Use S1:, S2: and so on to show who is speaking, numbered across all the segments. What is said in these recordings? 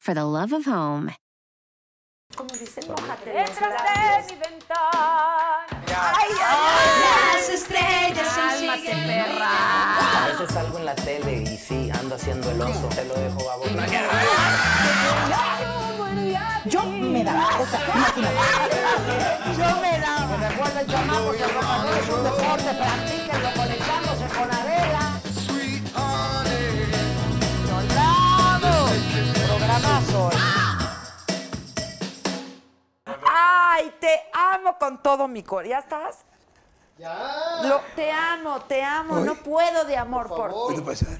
S1: for the love of home.
S2: Como dicen, mojate los
S3: Detrás de mi ventana.
S2: Ay, ay, las estrellas
S3: Cálmate,
S2: siguen
S3: perra.
S4: A veces salgo en la tele y sí, ando haciendo el oso. Te lo dejo babón.
S2: Yo me daba, o sea, imagínate. Yo me daba.
S4: Recuerda, chamacos, el rock and roll es un deporte. Practíquenlo conectándose con arena. Programazo.
S2: Ay, te amo con todo mi cor. ¿Ya estás? Ya. te amo, te amo. No puedo de amor por, ti.
S5: pasar?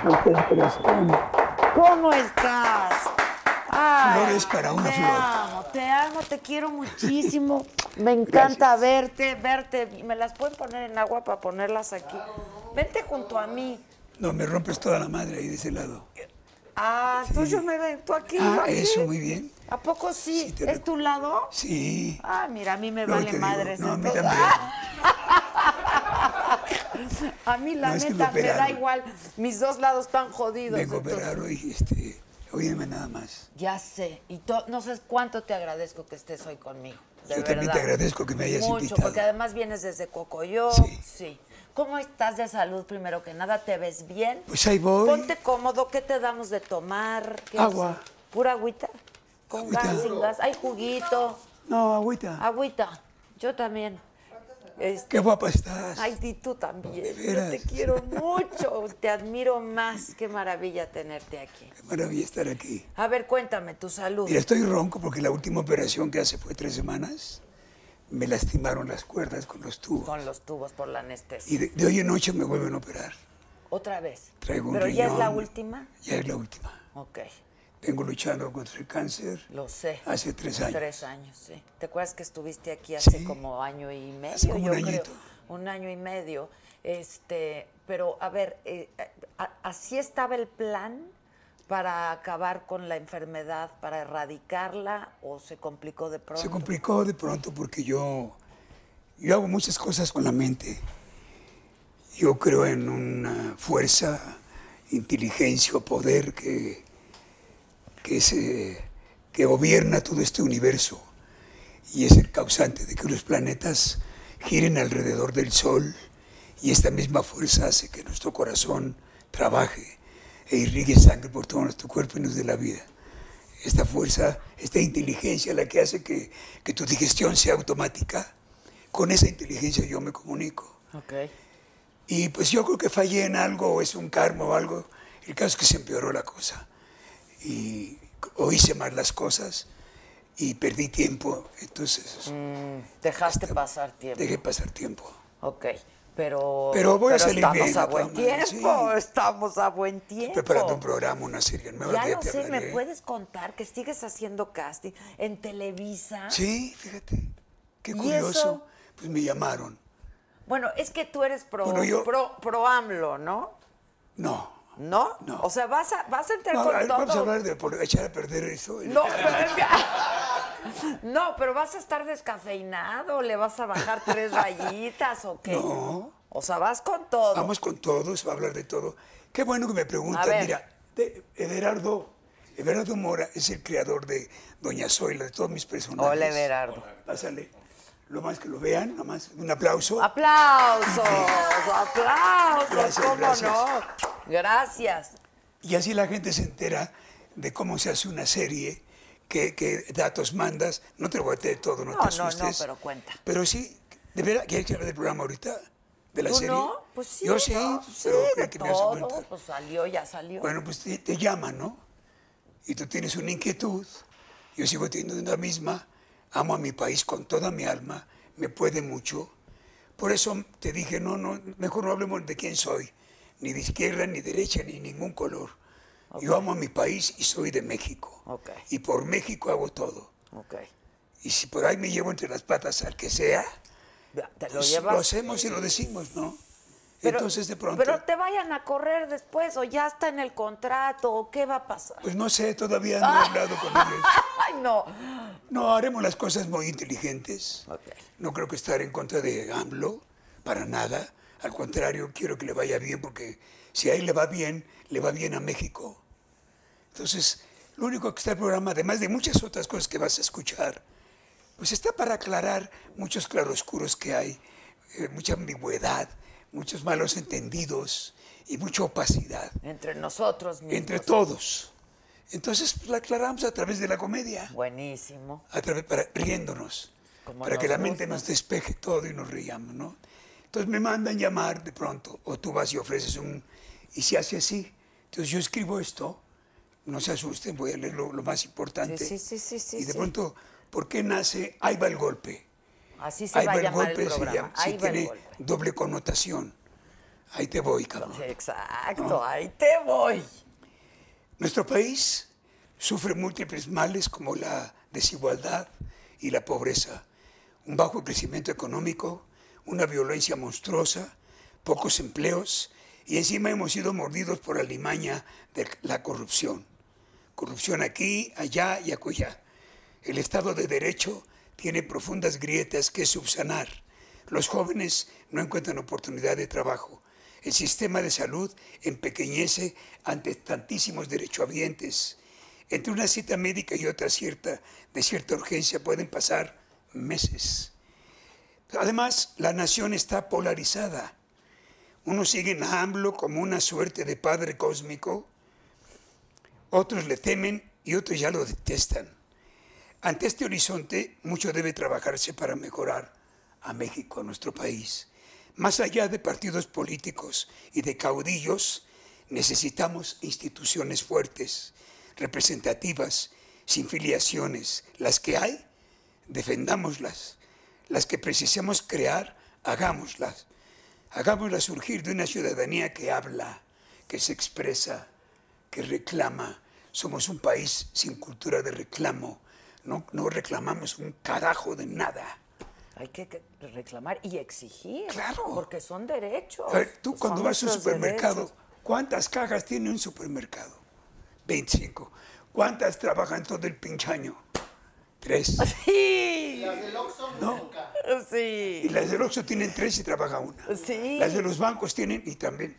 S2: ¿Cómo estás? Ay,
S5: Flores para una
S2: te
S5: flor.
S2: amo, te amo, te quiero muchísimo. Me encanta verte, verte. ¿Me las pueden poner en agua para ponerlas aquí? Vente junto a mí.
S5: No, me rompes toda la madre ahí de ese lado.
S2: Ah, tú yo me ven, tú aquí. yo
S5: Ah,
S2: aquí.
S5: eso, muy bien.
S2: ¿A poco sí?
S5: Sí, te
S2: ¿Es
S5: recu-
S2: tu lado?
S5: Sí.
S2: Ah, mira, a mí me
S5: Luego
S2: vale
S5: te digo.
S2: madres.
S5: No, a mí
S2: entonces.
S5: también.
S2: A mí la
S5: No, es que
S2: neta me
S5: me
S2: da
S5: operaron.
S2: igual. Mis dos lados están jodidos.
S5: Vengo a
S2: entonces-
S5: operar hoy, este, óyeme nada más.
S2: Ya sé. Y to- no sé cuánto te agradezco que estés hoy conmigo. de
S5: Yo también
S2: verdad.
S5: te agradezco que me hayas
S2: Mucho,
S5: invitado.
S2: porque además vienes desde Cocoyo. Sí.
S5: Sí.
S2: ¿Cómo estás de salud primero que nada? ¿Te ves bien?
S5: Pues ahí voy.
S2: Ponte cómodo. ¿Qué te damos de tomar? ¿Qué
S5: Agua.
S2: es? ¿Pura agüita? ¿Con
S5: Agüita.
S2: gas, sin gas? ¿Hay juguito?
S5: No, agüita.
S2: Agüita. Yo también. Este,
S5: Qué guapa estás.
S2: Ay, y tú también. Yo
S5: veras.
S2: te quiero mucho. Te admiro más. Qué maravilla tenerte aquí.
S5: Qué maravilla estar aquí.
S2: A ver, cuéntame tu salud.
S5: Mira, estoy ronco porque la última operación que hace fue tres semanas. Me lastimaron las cuerdas con los tubos.
S2: Con los tubos por la
S5: Y
S2: anestesia.
S5: de, de hoy en noche me vuelven a operar.
S2: Otra vez.
S5: Traigo un
S2: Pero ya es la
S5: riñón.
S2: última.
S5: Ya es la última.
S2: Ok,
S5: Vengo luchando contra el cáncer.
S2: lo sé.
S5: Hace tres años.
S2: Tres años, sí. ¿Te acuerdas que estuviste aquí hace
S5: Sí.
S2: como año y medio?
S5: Hace como
S2: yo
S5: un añito.
S2: creo. Un año y medio. Este, pero a ver, eh, a- ¿así estaba el plan para acabar con la enfermedad, para erradicarla o se complicó de pronto?
S5: Se complicó de pronto porque yo, yo hago muchas cosas con la mente. Yo creo en una fuerza, inteligencia o poder que, que, se, que gobierna todo este universo y es el causante de que los planetas giren alrededor del Sol y esta misma fuerza hace que nuestro corazón trabaje e irrigue sangre por todo nuestro cuerpo y nos dé la vida. Esta fuerza, esta inteligencia la que hace que, que tu digestión sea automática, con esa inteligencia yo me comunico.
S2: Ok.
S5: Y pues yo creo que fallé en algo, o es un karma o algo. El caso es que se empeoró la cosa. Y, o hice mal las cosas y perdí tiempo. Entonces
S2: Mm. Dejaste pasar tiempo.
S5: dejé pasar tiempo.
S2: Ok, pero.
S5: Pero voy a salir
S2: estamos
S5: bien,
S2: a
S5: de todas
S2: buen
S5: maneras,
S2: tiempo.
S5: sí.
S2: Estamos a buen tiempo.
S5: Preparando un programa, una serie nueva.
S2: Ya
S5: que
S2: lo
S5: te
S2: sé, ¿me
S5: hablaré.
S2: puedes contar que sigues haciendo casting en Televisa?
S5: Sí, fíjate. Qué
S2: ¿Y eso?
S5: curioso. Pues me llamaron.
S2: Bueno, es que tú eres pro,
S5: Bueno, yo-
S2: pro, pro AMLO, ¿no?
S5: No.
S2: ¿No?
S5: No.
S2: O sea, vas a, vas a entrar
S5: No,
S2: con
S5: a ver,
S2: todo.
S5: vamos a hablar de por echar a perder eso.
S2: No, pero es que- No, pero vas a estar descafeinado, le vas a bajar tres rayitas o qué.
S5: No.
S2: O sea, vas con todo.
S5: Vamos con todos, va a hablar de todo. Qué bueno que me
S2: A
S5: preguntan.
S2: ver.
S5: Mira, de- Everardo, Everardo Mora es el creador de Doña Zoila, de todos mis personajes.
S2: Hola, Everardo.
S5: Pásale. Lo más que lo vean, nada más un aplauso.
S2: Ah. Aplausos, aplausos,
S5: Gracias,
S2: ¿cómo
S5: gracias.
S2: no? Gracias.
S5: Y así la gente se entera de cómo se hace una serie, qué, qué datos mandas. No te lo voy a tener todo, no,
S2: No,
S5: te
S2: no, no,
S5: asustes.
S2: pero cuenta.
S5: Pero sí, de verdad, ¿quieres que hable del programa ahorita? ¿De la
S2: ¿Tú
S5: serie?
S2: no? Pues sí.
S5: Yo sí,
S2: ¿no?
S5: pero
S2: Sí,
S5: creo
S2: de
S5: que me vas a
S2: todo,
S5: aguantar.
S2: Pues salió, ya salió.
S5: Bueno, pues te, te llaman, ¿no? Y tú tienes una inquietud. Yo sigo teniendo la misma. Amo a mi país con toda mi alma. Me puede mucho. Por eso te dije, no, no, mejor no hablemos de quién soy. Ni de izquierda, ni derecha, ni ningún color. Yo amo a mi país y soy de México.
S2: Ok.
S5: Y por México hago todo.
S2: Ok.
S5: Y si por ahí me llevo entre las patas al que sea,
S2: Ya, Te lo
S5: pues,
S2: llevas.
S5: lo hacemos y lo decimos, ¿no?
S2: Pero-
S5: Entonces de pronto...
S2: Pero te vayan a correr después, o ya está en el contrato, o qué va a pasar.
S5: Pues no sé, todavía no
S2: Ah.
S5: he hablado con ellos.
S2: Ay, no.
S5: No, haremos las cosas muy inteligentes.
S2: Ok.
S5: No creo que estar en contra de AMLO, para nada. Al contrario, quiero que le vaya bien porque si a él le va bien, le va bien a México. Entonces, lo único que está el programa, además de muchas otras cosas que vas a escuchar, pues está para aclarar muchos claroscuros que hay, eh, mucha ambigüedad, muchos malos entendidos y mucha opacidad
S2: Entre nosotros mismos.
S5: entre todos. Entonces, pues, la aclaramos a través de la comedia
S2: Buenísimo.
S5: a través para riéndonos,
S2: Como
S5: para
S2: nos
S5: que la mente
S2: gusta.
S5: nos despeje todo y nos riamos, ¿no? Entonces me mandan llamar de pronto, o tú vas y ofreces un, y se hace así. Entonces yo escribo esto, no se asusten, voy a leer lo, lo más importante.
S2: Sí, sí, sí, sí, sí,
S5: Y de
S2: sí.
S5: pronto, ¿por qué nace? Ahí va el golpe.
S2: Así se
S5: Ahí
S2: va a
S5: va el
S2: llamar
S5: golpe,
S2: el
S5: se
S2: programa.
S5: llama- sí
S2: Ahí va el
S5: tiene
S2: golpe.
S5: doble connotación. Ahí te voy, cabrón.
S2: Sí, Exacto,
S5: Ah.
S2: ahí te voy.
S5: Nuestro país sufre múltiples males como la desigualdad y la pobreza, un bajo crecimiento económico, una violencia monstruosa, pocos empleos y encima hemos sido mordidos por la limaña de la corrupción. Corrupción aquí, allá y acullá. El Estado de Derecho tiene profundas grietas que subsanar. Los jóvenes no encuentran oportunidad de trabajo. El sistema de salud empequeñece ante tantísimos derechohabientes. Entre una cita médica y otra cierta, de cierta urgencia, pueden pasar meses. Además, la nación está polarizada. Unos siguen a AMLO como una suerte de padre cósmico, otros le temen y otros ya lo detestan. Ante este horizonte, mucho debe trabajarse para mejorar a México, a nuestro país. Más allá de partidos políticos y de caudillos, necesitamos instituciones fuertes, representativas, sin filiaciones. Las que hay, defendámoslas. Las que precisemos crear, hagámoslas. Hagámoslas surgir de una ciudadanía que habla, que se expresa, que reclama. Somos un país sin cultura de reclamo. No, no reclamamos un carajo de nada.
S2: Hay que que reclamar y exigir.
S5: Claro.
S2: Porque son derechos.
S5: A ver, tú
S2: Son
S5: cuando vas a un
S2: nuestros
S5: supermercado,
S2: derechos.
S5: ¿cuántas cajas tiene un supermercado? 25. ¿Cuántas trabajan todo el pinche año? Tres.
S2: Sí.
S5: ¿No? Y
S2: Sí.
S5: las del Oxxo tienen tres y trabaja una.
S2: Sí.
S5: Las de los bancos tienen y también.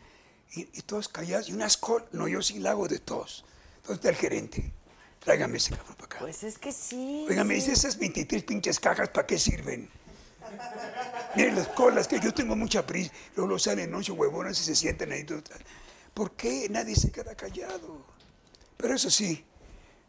S5: Y, y todas calladas y unas col. No, yo sí la hago de todos. ¿Dónde está el gerente? Tráigame ese cabrón para acá.
S2: Pues es que sí.
S5: Oiga, me
S2: sí.
S5: dice, esas 23 pinches cajas, ¿para qué sirven? Miren las colas, que yo tengo mucha prisa. Luego salen ocho huevonas y se sientan ahí. todo. ¿Por qué nadie se queda callado? Pero eso sí,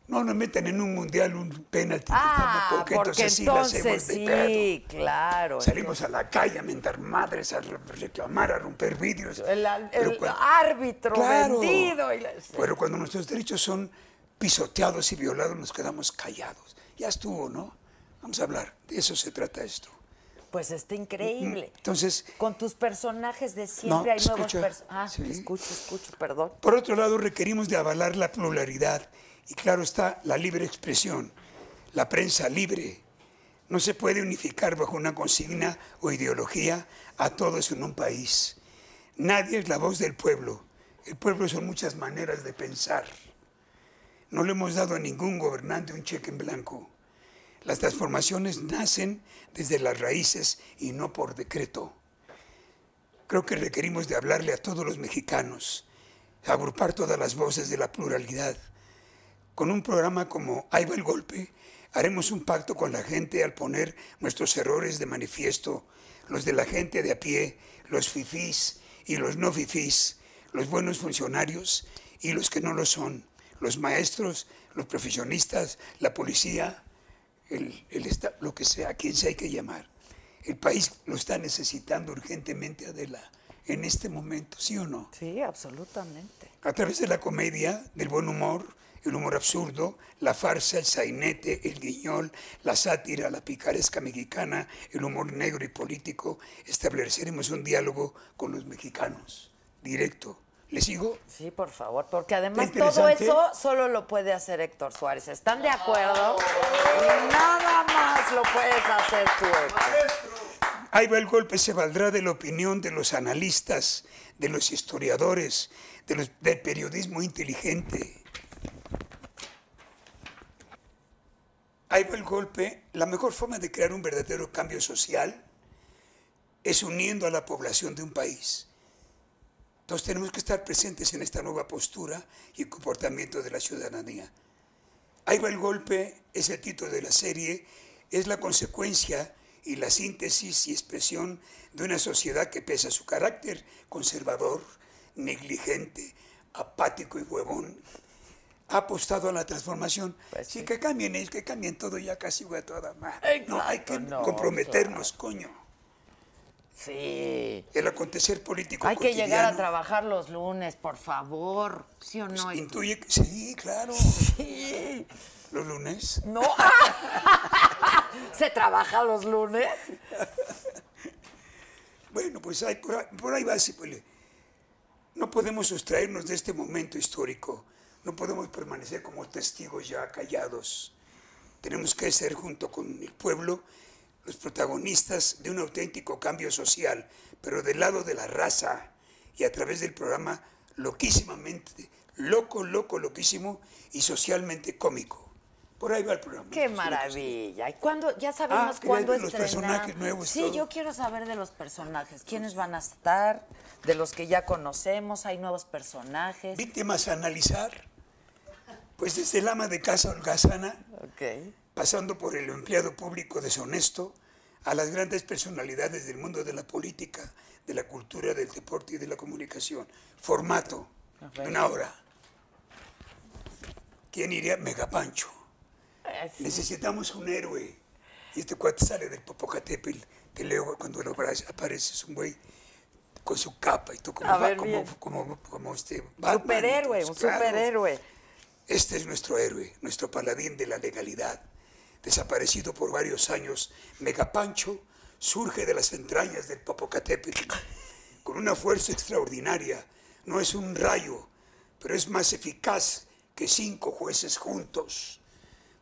S5: no nos meten en un mundial un penalti. que
S2: Ah,
S5: estamos
S2: porque entonces,
S5: coquetos, así la hacemos de pedo.
S2: sí, claro.
S5: Salimos a la calle a mentar madres, a re- reclamar, a romper vidrios.
S2: El, al-
S5: Pero
S2: el
S5: cuando-
S2: árbitro
S5: Claro.
S2: vendido. y la-
S5: Pero cuando nuestros derechos son pisoteados y violados, nos quedamos callados. Ya estuvo, ¿no? Vamos a hablar. De eso se trata esto.
S2: Pues está increíble.
S5: Entonces,
S2: Con tus personajes de siempre hay nuevos
S5: escucha,
S2: personajes. Ah,
S5: sí.
S2: escucho, escucho, perdón.
S5: por otro lado, requerimos de avalar la pluralidad. Y claro está la libre expresión, la prensa libre. No se puede unificar bajo una consigna o ideología a todos en un país. Nadie es la voz del pueblo. El pueblo son muchas maneras de pensar. No le hemos dado a ningún gobernante un cheque en blanco. Las transformaciones nacen desde las raíces y no por decreto. Creo que requerimos de hablarle a todos los mexicanos, agrupar todas las voces de la pluralidad. Con un programa como Ahí va el golpe, Haremos un pacto con la gente al poner nuestros errores de manifiesto, los de la gente de a pie, los fifís y los no fifís, los buenos funcionarios y los que no lo son, los maestros, los profesionistas, la policía, el, el esta- lo que sea, a quien sea hay que llamar. El país lo está necesitando urgentemente, Adela, en este momento, ¿sí o no?
S2: Sí, absolutamente.
S5: A través de la comedia, del buen humor, el humor absurdo, la farsa, el sainete, el guiñol, la sátira, la picaresca mexicana, el humor negro y político, estableceremos un diálogo con los mexicanos. Directo. ¿Le sigo?
S2: Sí, por favor, porque además
S5: Está
S2: todo
S5: interesante.
S2: eso solo lo puede hacer Héctor Suárez. ¿Están de acuerdo? Nada más lo puedes hacer tú, Héctor.
S5: Ahí va el golpe, se valdrá de la opinión de los analistas, de los historiadores, de los, del periodismo inteligente. Ahí va el golpe. La mejor forma de crear un verdadero cambio social es uniendo a la población de un país. Entonces tenemos que estar presentes en esta nueva postura y comportamiento de la ciudadanía. Ahí va el golpe, es el título de la serie, es la consecuencia y la síntesis y expresión de una sociedad que pese a su carácter conservador, negligente, apático y huevón, ha apostado a la transformación.
S2: Pues
S5: sí,
S2: sí.
S5: que cambien ellos, que cambien todo ya casi voy a toda madre.
S2: Exacto,
S5: no, hay que
S2: no,
S5: comprometernos, coño.
S2: Sí.
S5: El acontecer político
S2: Hay que
S5: cotidiano
S2: llegar a trabajar los lunes, por favor. ¿Sí o no? Héctor?
S5: Intuye que sí, claro.
S2: Sí.
S5: Los lunes.
S2: No. ¡Ah! ¿Se trabaja los lunes?
S5: Bueno, pues hay- por, ahí, por ahí va. sí, pues, le- no podemos sustraernos de este momento histórico. No podemos permanecer como testigos ya callados. Tenemos que ser junto con el pueblo los protagonistas de un auténtico cambio social, pero del lado de la raza y a través del programa loquísimamente, loco, loco, loquísimo y socialmente cómico. Por ahí va el programa.
S2: ¡Qué
S5: Sí,
S2: maravilla! ¿Y cuándo? Ya sabemos
S5: Pues Ah, que
S2: cuándo
S5: de los
S2: estrenar.
S5: personajes nuevos,
S2: Sí,
S5: todo.
S2: yo quiero saber de los personajes. ¿Quiénes van a estar? De los que ya conocemos, hay nuevos personajes.
S5: Víctimas a analizar, pues desde el ama de casa holgazana
S2: Ok.
S5: pasando por el empleado público deshonesto, a las grandes personalidades del mundo de la política, de la cultura, del deporte y de la comunicación. Formato, de una hora. ¿Quién iría? Megapancho. Necesitamos un héroe. Y este cuate sale del Popocatépetl. Te leo cuando lo abra- aparece, es un güey con su capa y tú como,
S2: A
S5: va-
S2: ver,
S5: como,
S2: bien.
S5: como, como este Batman,
S2: Superhéroe, un
S5: entonces, claro.
S2: superhéroe.
S5: Este es nuestro héroe, nuestro paladín de la legalidad. Desaparecido por varios años, Megapancho surge de las entrañas del Popocatépetl con una fuerza extraordinaria. No es un rayo, pero es más eficaz que cinco jueces juntos,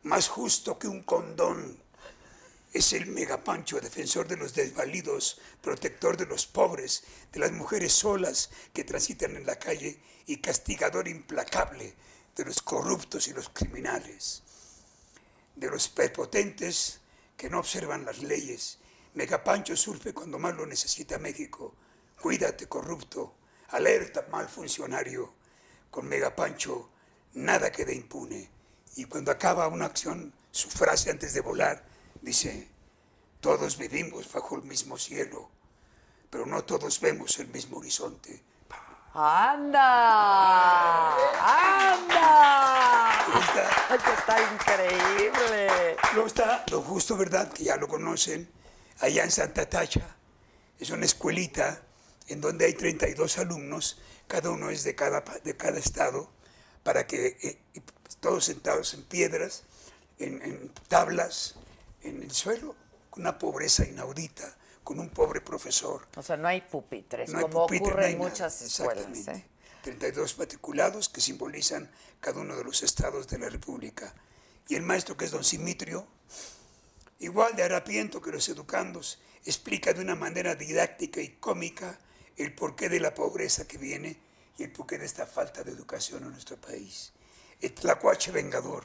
S5: más justo que un condón. Es el megapancho, defensor de los desvalidos, protector de los pobres, de las mujeres solas que transitan en la calle y castigador implacable de los corruptos y los criminales, de los prepotentes que no observan las leyes. Megapancho surfe cuando más lo necesita México. Cuídate, corrupto. Alerta, mal funcionario. Con Megapancho nada queda impune. Y cuando acaba una acción, su frase antes de volar dice, todos vivimos bajo el mismo cielo, pero no todos vemos el mismo horizonte.
S2: ¡Anda!
S5: Ah.
S2: ¡Anda!
S5: Ahí está.
S2: ¡Ay, que está increíble!
S5: Luego está Lo Justo, ¿verdad? Que ya lo conocen, allá en Santa Tacha. Es una escuelita en donde hay 32 alumnos, cada uno es de cada, pa- de cada estado, para que eh, y todos sentados en piedras, en, en tablas, en el suelo, con una pobreza inaudita, con un pobre profesor.
S2: O sea, no hay pupitres,
S5: No hay
S2: como
S5: pupitre,
S2: ocurre
S5: no hay
S2: en
S5: nada.
S2: muchas escuelas.
S5: Exactamente.
S2: ¿eh?
S5: 32 matriculados que simbolizan cada uno de los estados de la República. Y el maestro que es don Simitrio, igual de harapiento que los educandos, explica de una manera didáctica y cómica el porqué de la pobreza que viene y el porqué de esta falta de educación en nuestro país. El tlacuache vengador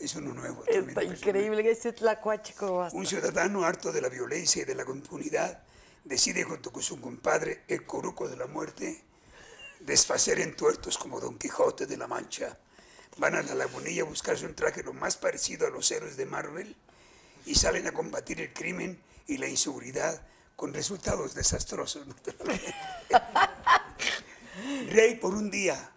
S5: es uno nuevo. también, pues,
S2: Está
S5: personaje.
S2: increíble este tlacuachico. basta.
S5: Un ciudadano harto de la violencia y de la impunidad decide junto con su compadre, el coruco de la muerte, desfacer en tuertos como Don Quijote de la Mancha, van a la lagunilla a buscarse un traje lo más parecido a los héroes de Marvel y salen a combatir el crimen y la inseguridad con resultados desastrosos. Rey por un día,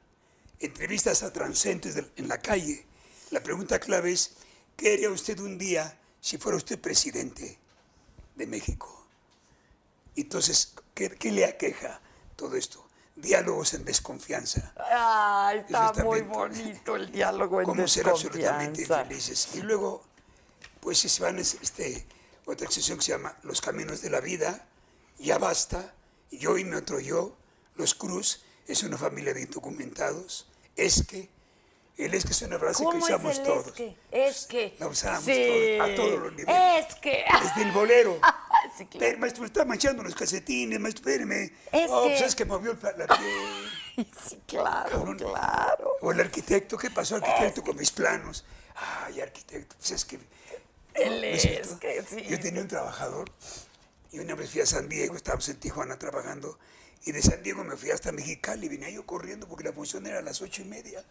S5: entrevistas a transeúntes del- en la calle. La pregunta clave es, ¿qué haría usted un día si fuera usted presidente de México? Entonces, ¿qué, qué le aqueja todo esto? Diálogos en desconfianza.
S2: Ay, está
S5: Eso está
S2: muy
S5: bien.
S2: bonito el diálogo en
S5: cómo ser absolutamente
S2: desconfianza.
S5: felices. Y luego, pues se van es- este, otra sección que se llama Los Caminos de la Vida, Ya Basta, Yo y mi otro yo, Los Cruz, es una familia de indocumentados, Es que, el es que es una frase que
S2: ¿Cómo
S5: usamos
S2: es el
S5: todos.
S2: es que? Es que.
S5: La usamos
S2: Sí.
S5: todos, a todos los niveles.
S2: Es que.
S5: Desde el bolero.
S2: Sí, claro.
S5: Pero, maestro, está manchando los calcetines, maestro, espéreme.
S2: Es
S5: oh,
S2: que-
S5: pues es que movió el pa- la piel.
S2: Sí, claro,
S5: Cabrón.
S2: claro.
S5: O el arquitecto, ¿qué pasó arquitecto con mis planos? Ay, arquitecto, pues es que...
S2: Él
S5: ¿no es
S2: es
S5: cierto?
S2: que sí.
S5: Yo tenía un trabajador y una vez fui a San Diego, estábamos en Tijuana trabajando, y de San Diego me fui hasta Mexicali, venía yo corriendo porque la función era a las ocho y media.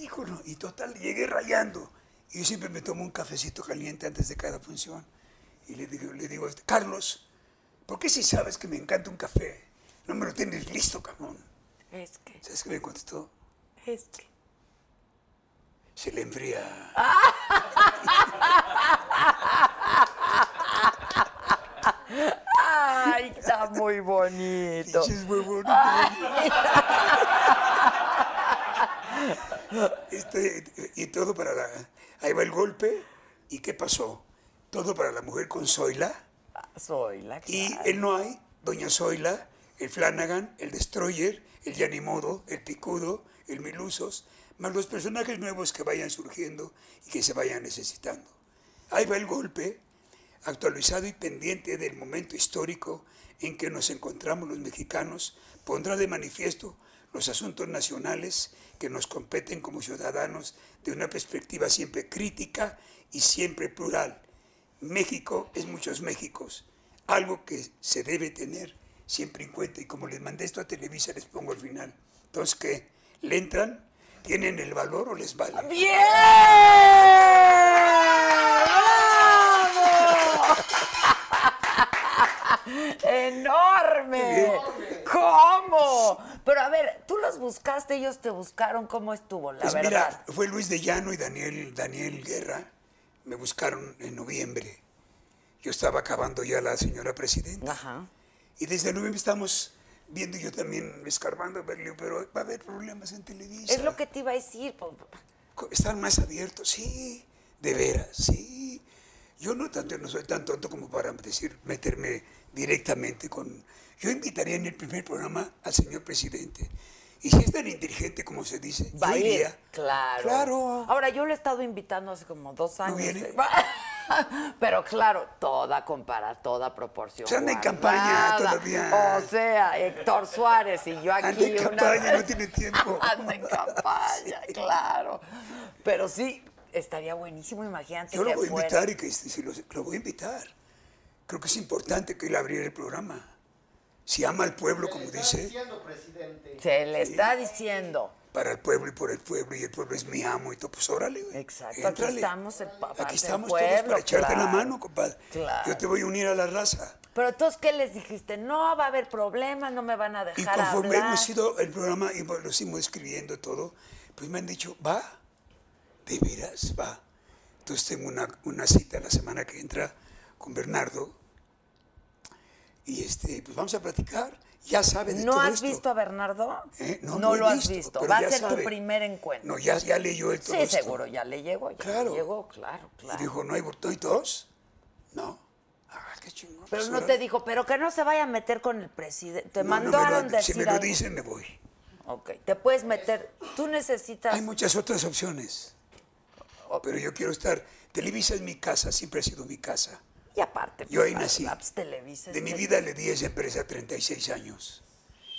S5: Hijo, no, y total, llegué rayando. Y yo siempre me tomo un cafecito caliente antes de cada función. Y le digo, le digo a este, Carlos, ¿por qué si sabes que me encanta un café? No me lo tienes listo, cabrón.
S2: Es que.
S5: ¿Sabes qué me contestó?
S2: Es que.
S5: Se le enfría.
S2: Ay, está muy bonito.
S5: Pinches huevones. Este, y todo para la. Ahí va el golpe. ¿Y qué pasó? Todo para la mujer con Zoila.
S2: Soy la
S5: Y
S2: clara.
S5: el no hay, Doña Zoila, el Flanagan, el Destroyer, el Yanimodo, el Picudo, el Milusos, más los personajes nuevos que vayan surgiendo y que se vayan necesitando. Ahí va el golpe, actualizado y pendiente del momento histórico en que nos encontramos los mexicanos, pondrá de manifiesto los asuntos nacionales que nos competen como ciudadanos de una perspectiva siempre crítica y siempre plural. México es muchos Méxicos, algo que se debe tener siempre en cuenta. Y como les mandé esto a Televisa, les pongo al final. Entonces, ¿qué? ¿Le entran? ¿Tienen el valor o les vale?
S2: ¡Bien! ¡Bravo! ¡Enorme! ¿Cómo? Pero a ver, tú los buscaste, ellos te buscaron, ¿cómo estuvo? La
S5: Pues
S2: verdad.
S5: mira, fue Luis de Llano y Daniel, Daniel Guerra. Me buscaron en noviembre. Yo estaba acabando ya la señora presidenta.
S2: Ajá.
S5: Y desde noviembre estamos viendo yo también, escarbando, pero, le digo, pero va a haber problemas en Televisa.
S2: Es lo que te iba a decir. po- po-
S5: Co- Están más abiertos, sí, de veras, sí. Yo no, tanto, no soy tan tonto como para decir, meterme directamente con... Yo invitaría en el primer programa al señor presidente. Y si es tan inteligente como se dice,
S2: Va
S5: yo
S2: a ir,
S5: iría.
S2: Claro.
S5: Claro.
S2: Ahora, yo lo he estado invitando hace como dos años.
S5: viene?
S2: ¿eh? Pero claro, toda compara, toda proporción.
S5: Se anda en campaña todavía.
S2: O sea, Héctor Suárez y yo aquí.
S5: Anda en
S2: una
S5: campaña,
S2: vez.
S5: no tiene tiempo.
S2: Anda en campaña, claro. Pero sí, estaría buenísimo, imagínate.
S5: Yo lo
S2: que
S5: voy a
S2: fuera.
S5: invitar y que este, si si lo, lo voy a invitar. Creo que es importante que él abriera el programa. Si ama al pueblo, como dice,
S2: Se le está diciendo.
S5: para el pueblo y por el pueblo, y el pueblo es mi amo y todo, pues órale. güey,
S2: Exacto, aquí
S5: éntrale.
S2: estamos, el papá
S5: Aquí estamos
S2: del pueblo,
S5: todos para echarte la
S2: claro.
S5: mano, compadre.
S2: Claro.
S5: Yo te voy a unir a la raza.
S2: Pero entonces, ¿qué les dijiste? No, va a haber problemas, no me van a
S5: Y
S2: dejar
S5: conforme
S2: hablar.
S5: hemos ido el programa y lo hemos escribiendo todo, pues me han dicho, va, de veras, va. Entonces tengo una, una cita la semana que entra con Bernardo y este, pues vamos a platicar. Ya sabe de
S2: ¿No
S5: todo
S2: has
S5: esto.
S2: visto a Bernardo?
S5: Eh,
S2: No,
S5: no, no he
S2: lo has
S5: visto,
S2: visto.
S5: pero
S2: Va a
S5: ya
S2: ser tu
S5: sabe.
S2: primer encuentro.
S5: No, ya, ya leyó el todo
S2: sí,
S5: esto.
S2: seguro, ya le llegó. Ya
S5: Claro.
S2: le llegó, claro, claro.
S5: Y dijo, ¿no hay, no hay tos? No. Ah, qué chingón.
S2: pero
S5: pues,
S2: no
S5: órale.
S2: te dijo, pero que no se vaya a meter con el presidente. Te
S5: No, no me lo
S2: mandaron
S5: han-
S2: decir
S5: Si me lo
S2: algo.
S5: dicen, me voy.
S2: Ok, te puedes meter. Tú necesitas...
S5: Hay muchas otras opciones. Pero yo quiero estar. Televisa es mi casa, siempre ha sido mi casa.
S2: Y aparte,
S5: Yo ahí
S2: pues,
S5: nací.
S2: la- pues, Televisa
S5: De
S2: es
S5: mi
S2: tele-
S5: vida le di a esa empresa 36 años.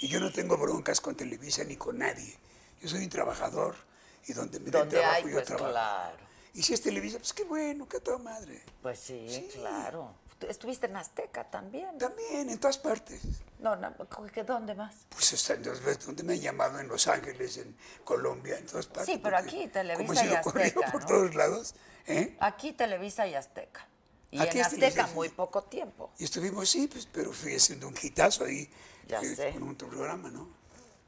S5: Y yo no tengo broncas con Televisa ni con nadie. Yo soy un trabajador y donde me den
S2: Donde
S5: trabajo
S2: hay,
S5: yo
S2: pues
S5: trabajo.
S2: claro.
S5: Y si es Televisa, pues qué bueno, qué a toda madre.
S2: Pues sí,
S5: Sí.
S2: claro. Tú Estuviste en Azteca también.
S5: También, en todas partes.
S2: No, no, ¿qué- ¿dónde más?
S5: Pues hasta en dos veces donde me han llamado en Los Ángeles, en Colombia, en todas partes.
S2: pero
S5: porque
S2: aquí, Televisa
S5: como he sido
S2: y Azteca,
S5: corrido por
S2: ¿no?
S5: todos lados, ¿eh?
S2: Aquí Televisa y Azteca. Y
S5: Aquí
S2: en
S5: es Televisa y
S2: Azteca
S5: Azteca.
S2: muy poco tiempo.
S5: Y estuvimos, sí, pues, pero fui haciendo un hitazo ahí. eh,
S2: Ya sé.
S5: Con otro programa, ¿no?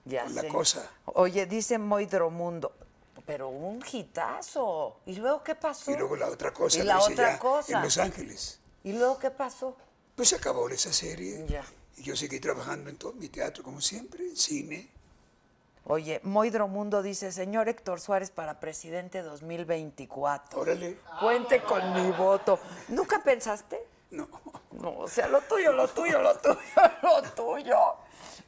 S2: Ya
S5: Con la
S2: sé.
S5: cosa.
S2: Oye, dice Moidromundo, pero un hitazo. ¿Y luego qué pasó?
S5: Y luego la otra cosa.
S2: Y
S5: lo
S2: la
S5: hice
S2: otra
S5: ya
S2: cosa.
S5: En Los Ángeles.
S2: ¿Y luego qué pasó?
S5: Pues se acabó esa serie.
S2: Ya.
S5: Y yo seguí trabajando en todo mi teatro, como siempre, en cine.
S2: Oye, Moidromundo dice, señor Héctor Suárez para presidente 2024.
S5: Órale.
S2: Cuente con mi voto. ¿Nunca pensaste?
S5: No.
S2: No, o sea, lo tuyo, lo tuyo, lo tuyo, lo tuyo.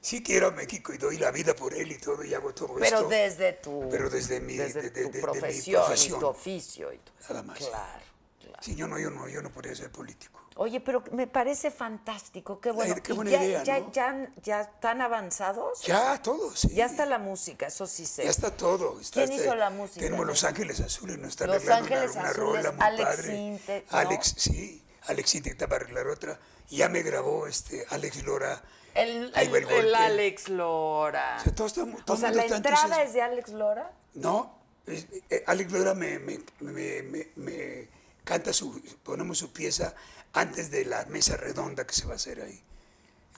S5: Sí quiero a México y doy la vida por él y todo, y hago todo
S2: Pero
S5: esto.
S2: desde tu,
S5: Pues Pero desde mi-
S2: desde
S5: de- de-
S2: tu
S5: de- de mi
S2: profesión, y
S5: profesión.
S2: tu oficio. Y tu-
S5: Nada más.
S2: Claro, claro.
S5: Sí, yo no, yo no, yo no podría ser político.
S2: Oye, pero me parece fantástico, qué bueno.
S5: qué
S2: ¿Y
S5: buena
S2: ya,
S5: idea,
S2: ya,
S5: ¿no?
S2: ya, ya están avanzados?
S5: Ya, todo, sí.
S2: Ya está la música, eso sí sé.
S5: Ya está todo. Está,
S2: ¿Quién
S5: está-
S2: hizo la música,
S5: Tenemos
S2: no?
S5: Los Ángeles Azules, nos está
S2: Los
S5: arreglando una-
S2: Ángeles
S5: una,
S2: Azules,
S5: rola muy
S2: Alex
S5: padre.
S2: Sintek, ¿no?
S5: Alex, sí, Alex Sintek está para arreglar otra. Y ya me grabó este Alex Lora.
S2: El,
S5: Ahí va
S2: el-
S5: el golpe.
S2: el Alex Lora.
S5: O sea, todo está- todo
S2: O sea,
S5: el mundo
S2: la
S5: está
S2: entrada
S5: entusias-
S2: es de Alex Lora.
S5: No, es- eh, Alex Lora me, me- me- me- me canta su, ponemos su pieza antes de la mesa redonda que se va a hacer ahí.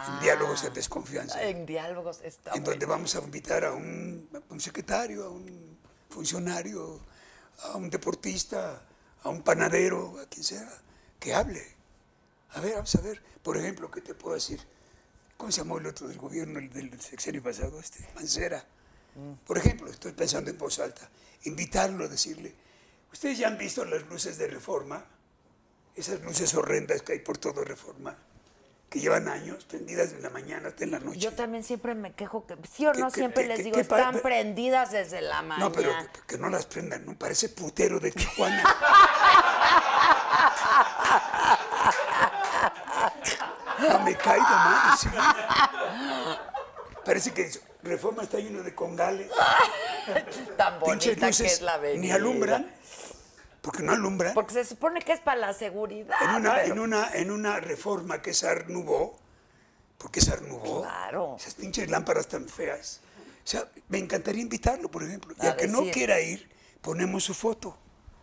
S5: En diálogos
S2: Ah,
S5: de desconfianza.
S2: En diálogos está
S5: en donde
S2: bueno.
S5: vamos a invitar a un, a un secretario, a un funcionario, a un deportista, a un panadero, a quien sea, que hable. A ver, vamos a ver. Por ejemplo, ¿qué te puedo decir? ¿Cómo se llamó el otro del gobierno, el del sexenio pasado, este? Mancera.
S2: Mm.
S5: Por ejemplo, estoy pensando en voz alta. Invitarlo a decirle, ¿ustedes ya han visto las luces de reforma? Esas luces horrendas que hay por todo reforma, que llevan años prendidas de la mañana hasta en la noche.
S2: Yo también siempre me quejo que sí o
S5: ¿Qué-
S2: no
S5: qué-
S2: siempre
S5: qué-
S2: les
S5: qué-
S2: digo
S5: qué pa-
S2: están
S5: pero-
S2: prendidas desde la mañana.
S5: No, pero que, que no las prendan, ¿no? Parece putero de Tijuana. No, Ah, me cae de madre, sí. Parece que Reforma está lleno de congales,
S2: tan bonita
S5: pinches
S2: que es
S5: luces,
S2: la avenida.
S5: ni alumbran, porque no alumbran.
S2: Porque ah, se supone que es para la seguridad.
S5: en, una,
S2: pero-
S5: en, una, en una reforma que es Art Nouveau, porque es Art Nouveau,
S2: Claro.
S5: esas pinches lámparas tan feas. O sea, me encantaría invitarlo, por ejemplo. Y
S2: A
S5: a que no
S2: decir.
S5: quiera ir, ponemos su foto.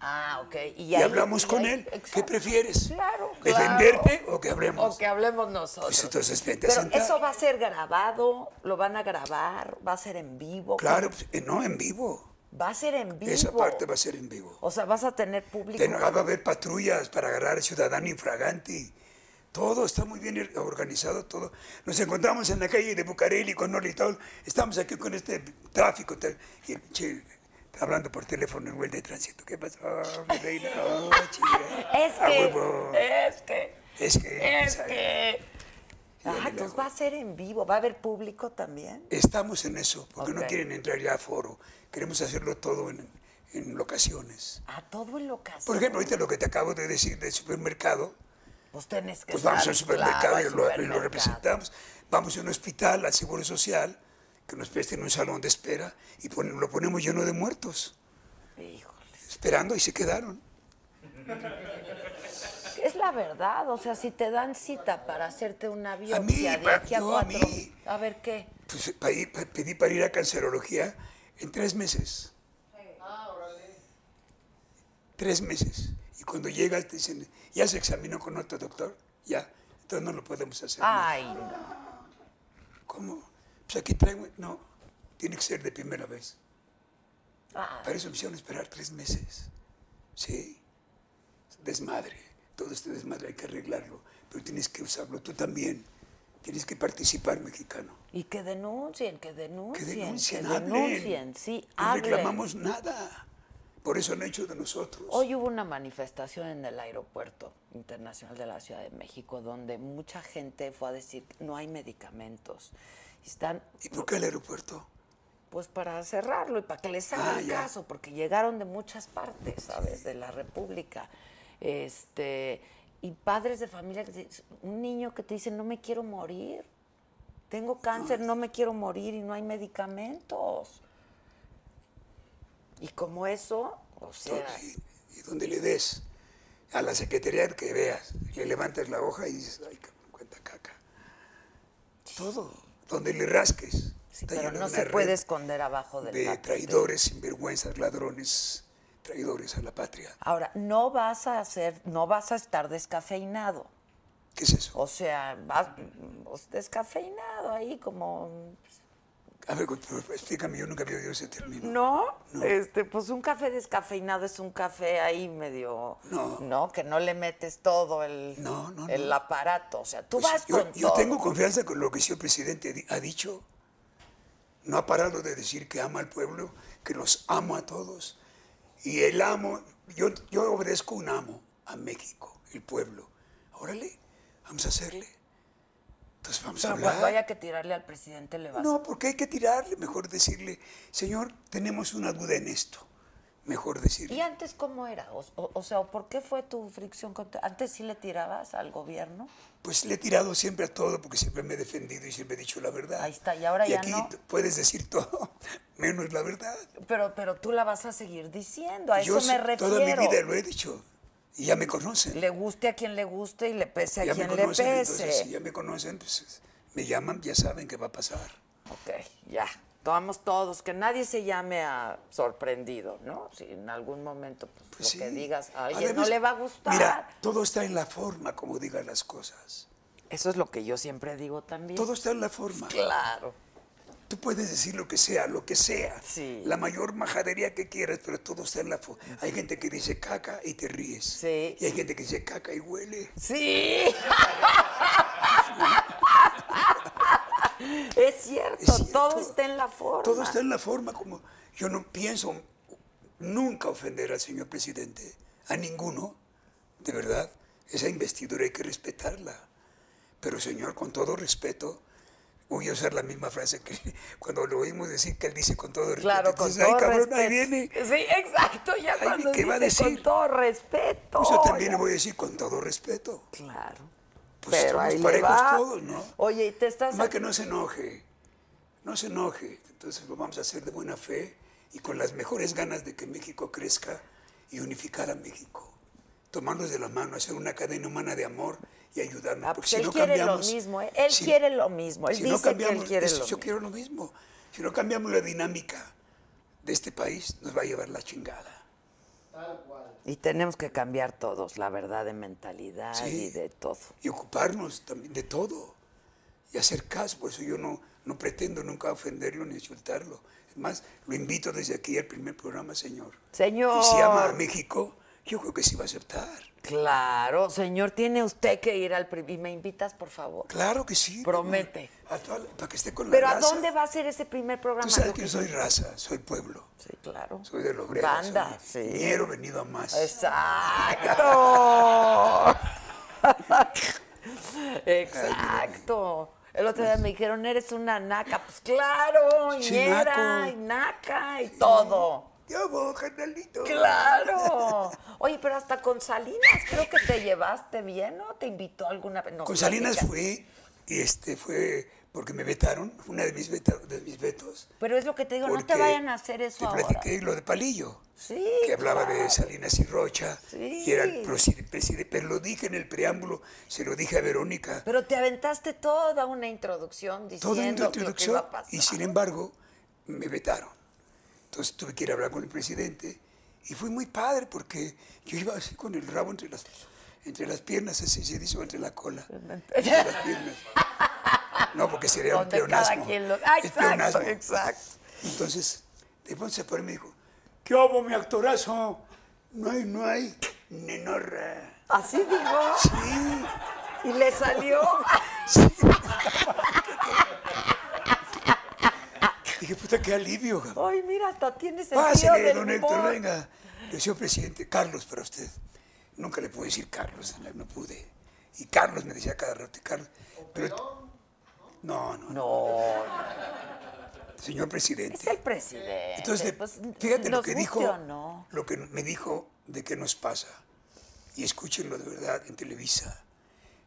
S2: Ah, ok. Y,
S5: y
S2: ahí-
S5: hablamos
S2: y
S5: con
S2: ahí-
S5: él. ¿Qué
S2: exacto.
S5: prefieres?
S2: Claro, claro.
S5: ¿Defenderte o que hablemos?
S2: O que hablemos nosotros.
S5: Pues entonces vente a
S2: Pero
S5: sentar.
S2: eso va a ser grabado, lo van a grabar, va a ser en vivo.
S5: Claro, pues, eh, no, en vivo.
S2: Va a ser en vivo.
S5: Esa parte va a ser en vivo.
S2: O sea, vas a tener público.
S5: Ten- ah, va a haber patrullas para agarrar ciudadano infraganti. Todo está muy bien organizado, todo. Nos encontramos en la calle de Bucareli con Olitol. Estamos aquí con este tráfico. tal. Y el pinche está hablando por teléfono el güey de tránsito. ¿Qué pasó, mi reina? Oh, chica.
S2: Es
S5: A
S2: que-
S5: huevo.
S2: es que,
S5: Es que...
S2: es
S5: ¿sabes?
S2: que.
S5: Yo
S2: Ah,
S5: le
S2: entonces
S5: hago.
S2: va a ser en vivo, va a haber público también.
S5: Estamos en eso, porque
S2: Ok.
S5: no quieren entrar ya a foro. Queremos hacerlo todo en, en locaciones.
S2: A todo en locación.
S5: Por ejemplo, ahorita lo que te acabo de decir del supermercado,
S2: pues tenés que
S5: pues vamos
S2: estar,
S5: al supermercado
S2: claro,
S5: y
S2: al
S5: lo- y lo,
S2: supermercado.
S5: representamos. Vamos a un hospital, al Seguro Social, que nos presten un salón de espera y pon- lo ponemos lleno de muertos,
S2: Híjole.
S5: esperando y se quedaron.
S2: Es la verdad, o sea, si te dan cita para hacerte una biopsia de
S5: pa-
S2: aquí a
S5: no, a
S2: cuatro.
S5: mí.
S2: a ver qué.
S5: Pues pa- ir- pa- pedí para ir a cancerología en tres meses. Tres meses. Y cuando llegas te dicen, ya se examinó con otro doctor, ya, entonces no lo podemos hacer.
S2: Ay,
S5: ¿Cómo? Pues aquí traigo, no, tiene que ser de primera vez.
S2: Ah.
S5: Para eso me hicieron esperar tres meses. Sí, desmadre, todo este desmadre hay que arreglarlo, pero tienes que usarlo tú también, tienes que participar mexicano.
S2: Y que denuncien, que
S5: Que
S2: denuncien.
S5: denuncien,
S2: que
S5: hablen.
S2: denuncien, sí,
S5: No
S2: hablen.
S5: reclamamos nada. Por eso han hecho de nosotros.
S2: Hoy hubo una manifestación en el aeropuerto internacional de la Ciudad de México donde mucha gente fue a decir no hay medicamentos. Y Están
S5: ¿Y por qué el aeropuerto?
S2: pues para cerrarlo y para que les hagan
S5: Ah, ya.
S2: caso, porque llegaron de muchas partes, ¿sabes? De la República. Este, y padres de familia, que te- un niño que te dice, no me quiero morir, tengo cáncer, no me quiero morir y no hay medicamentos. Y como eso, o sea,
S5: Pues, Entonces, y, y donde le des. a la secretaría que veas, le levantas la hoja y dices, ay, cabrón, cuenta caca. Todo, donde le rasques.
S2: Sí,
S5: Está
S2: pero
S5: lleno
S2: no
S5: de
S2: se
S5: una
S2: puede
S5: red
S2: esconder abajo del
S5: De
S2: tapete.
S5: traidores, sinvergüenzas, ladrones, traidores a la patria.
S2: Ahora, no vas a hacer, no vas a estar descafeinado.
S5: ¿Qué es eso?
S2: O sea, vas pues, descafeinado ahí como
S5: pues, A ver, pero explícame, yo nunca había oído ese término.
S2: No, este, pues un café descafeinado es un café ahí medio,
S5: No.
S2: que no le metes todo el,
S5: No, no,
S2: el
S5: no.
S2: aparato, o sea, tú
S5: Pues
S2: vas
S5: yo,
S2: con
S5: yo
S2: todo.
S5: tengo confianza con lo que el presidente di- ha dicho. No ha parado de decir que ama al pueblo, que los amo a todos. Y el amo, yo, yo obedezco un amo a México, el pueblo. Órale, vamos a hacerle. Entonces vamos a
S2: Pero pues,
S5: hablar.
S2: cuando haya que tirarle al presidente le vas.
S5: No, porque hay que tirarle, mejor decirle, señor, tenemos una duda en esto. Mejor decirle.
S2: ¿Y antes cómo era? O, o- o sea, ¿por qué fue tu fricción con antes sí le tirabas al gobierno?
S5: Pues le he tirado siempre a todo porque siempre me he defendido y siempre he dicho la verdad.
S2: Ahí está, y ahora ya
S5: aquí
S2: no.
S5: t- puedes decir todo, menos la verdad.
S2: Pero pero tú la vas a seguir diciendo, a
S5: Yo
S2: eso me
S5: s-
S2: refiero.
S5: toda mi vida lo he dicho y ya me conocen.
S2: Le guste a quien le guste y le pese a
S5: ya
S2: quien
S5: me
S2: le
S5: conocen,
S2: pese.
S5: entonces si ya me conocen, pues me llaman, ya saben qué va a pasar.
S2: Ok, ya. Tomamos todos, que nadie se llame a sorprendido, ¿no? Si en algún momento pues,
S5: Pues
S2: lo
S5: sí.
S2: que digas a alguien
S5: Además,
S2: no le va a gustar.
S5: Mira, todo está en la forma como digas las cosas.
S2: Eso es lo que yo siempre digo también.
S5: Todo está en la forma.
S2: claro.
S5: Tú puedes decir lo que sea, lo que sea.
S2: Sí.
S5: La mayor majadería que quieras, pero todo está en la forma. Hay gente que dice caca y te ríes.
S2: Sí.
S5: Y hay gente que dice caca y huele.
S2: Sí. es, cierto,
S5: Es cierto.
S2: todo está en la forma.
S5: Todo está en la forma como yo no pienso nunca ofender al señor presidente, a ninguno, de verdad. Esa investidura hay que respetarla. Pero señor, con todo respeto, voy a usar la misma frase que cuando lo oímos decir que él dice con todo respeto.
S2: Claro, con
S5: Entonces,
S2: todo
S5: ay, cabrón,
S2: respeto.
S5: ahí viene.
S2: Sí, exacto, ya
S5: Ahí
S2: cuando
S5: ¿qué va a
S2: dice con
S5: decir?
S2: todo respeto.
S5: Pues yo también
S2: ya.
S5: le voy a decir con todo respeto.
S2: Claro.
S5: Pues
S2: Pero
S5: somos
S2: ahí le
S5: parejos
S2: va.
S5: todos, ¿no?
S2: Oye, y te estás
S5: Más que no se enoje, no se enoje. Entonces lo vamos a hacer de buena fe y con las mejores ganas de que México crezca y unificar a México. Tomarnos de la mano, hacer una cadena humana de amor y ayudarnos.
S2: Ah,
S5: porque
S2: pues
S5: si
S2: él
S5: no
S2: quiere lo
S5: cambiamos-
S2: mismo, ¿eh? Él
S5: si-
S2: quiere lo mismo, él
S5: si
S2: dice
S5: no
S2: que él
S5: cambiamos,
S2: quiere
S5: es-
S2: lo
S5: yo
S2: mismo.
S5: quiero lo mismo. Si no cambiamos la dinámica de este país, nos va a llevar la chingada.
S2: Y tenemos que cambiar todos, la verdad, de mentalidad
S5: Sí.
S2: y de todo.
S5: y ocuparnos también de todo y hacer caso. Por eso yo no, no pretendo nunca ofenderlo ni insultarlo. Es más, lo invito desde aquí al primer programa, señor.
S2: Señor.
S5: Y si ama a México, yo creo que sí va a aceptar.
S2: Claro, señor, tiene usted que ir al... pri- Y me invitas, por favor.
S5: Claro que sí.
S2: Promete.
S5: A toda la- para que esté con la
S2: Pero ¿a
S5: raza.
S2: dónde va a ser ese primer programa?
S5: Tú sabes
S2: Lo
S5: que
S2: que-
S5: yo soy raza, soy pueblo,
S2: Sí, claro.
S5: soy de los bregas.
S2: Banda,
S5: soy
S2: sí.
S5: ñero venido a más.
S2: Exacto. Exacto. El otro día me dijeron, eres una naca. Pues claro,
S5: Pues Sí,
S2: ñera,
S5: naco.
S2: y naca y todo.
S5: Yo voy, carnalito.
S2: ¡Claro! Oye, pero hasta con Salinas creo que te llevaste bien, ¿no? ¿Te invitó alguna vez? No,
S5: Con Salinas
S2: platica.
S5: fui y este fue porque me vetaron, una de mis, veta- de mis vetos.
S2: Pero es lo que te digo, no te
S5: porque
S2: vayan a hacer eso
S5: te
S2: ahora.
S5: platiqué lo de Palillo.
S2: Sí,
S5: Que hablaba
S2: claro.
S5: de Salinas y Rocha.
S2: Sí.
S5: Y era el presidente. Pero lo dije en el preámbulo, se lo dije a Verónica.
S2: Pero te aventaste toda una introducción diciendo
S5: Toda
S2: lo que iba
S5: introducción.
S2: a pasar.
S5: Y sin em embargo, me vetaron. Entonces tuve que ir a hablar con el presidente. Y fue muy padre porque yo iba así con el rabo entre las, entre las piernas, así se dice, o entre la cola. Entre las piernas. No, porque sería un
S2: Donde
S5: peonasmo.
S2: cada quien lo... Ah,
S5: Es
S2: exacto,
S5: pleonasmo.
S2: exacto.
S5: Entonces, de pronto se paró y me dijo, ¿qué hago, mi actorazo? No hay, no hay, nenorra.
S2: Así dijo.
S5: Sí,
S2: Y le salió.
S5: dije, puta, qué alivio. cabrón.
S2: Ay, mira, hasta tiene sentido
S5: Pásale,
S2: del
S5: don
S2: humor.
S5: Héctor, venga. Le decía, presidente, Carlos para usted. Nunca le pude decir Carlos, no, no pude. Y Carlos me decía cada rato, y Carlos. Pero, no, no, no,
S2: No,
S5: señor presidente.
S2: es el presidente.
S5: Entonces,
S2: pues,
S5: fíjate lo
S2: nos
S5: que
S2: guste
S5: dijo,
S2: o no.
S5: lo que me dijo de qué nos pasa. Y escúchenlo de verdad en Televisa.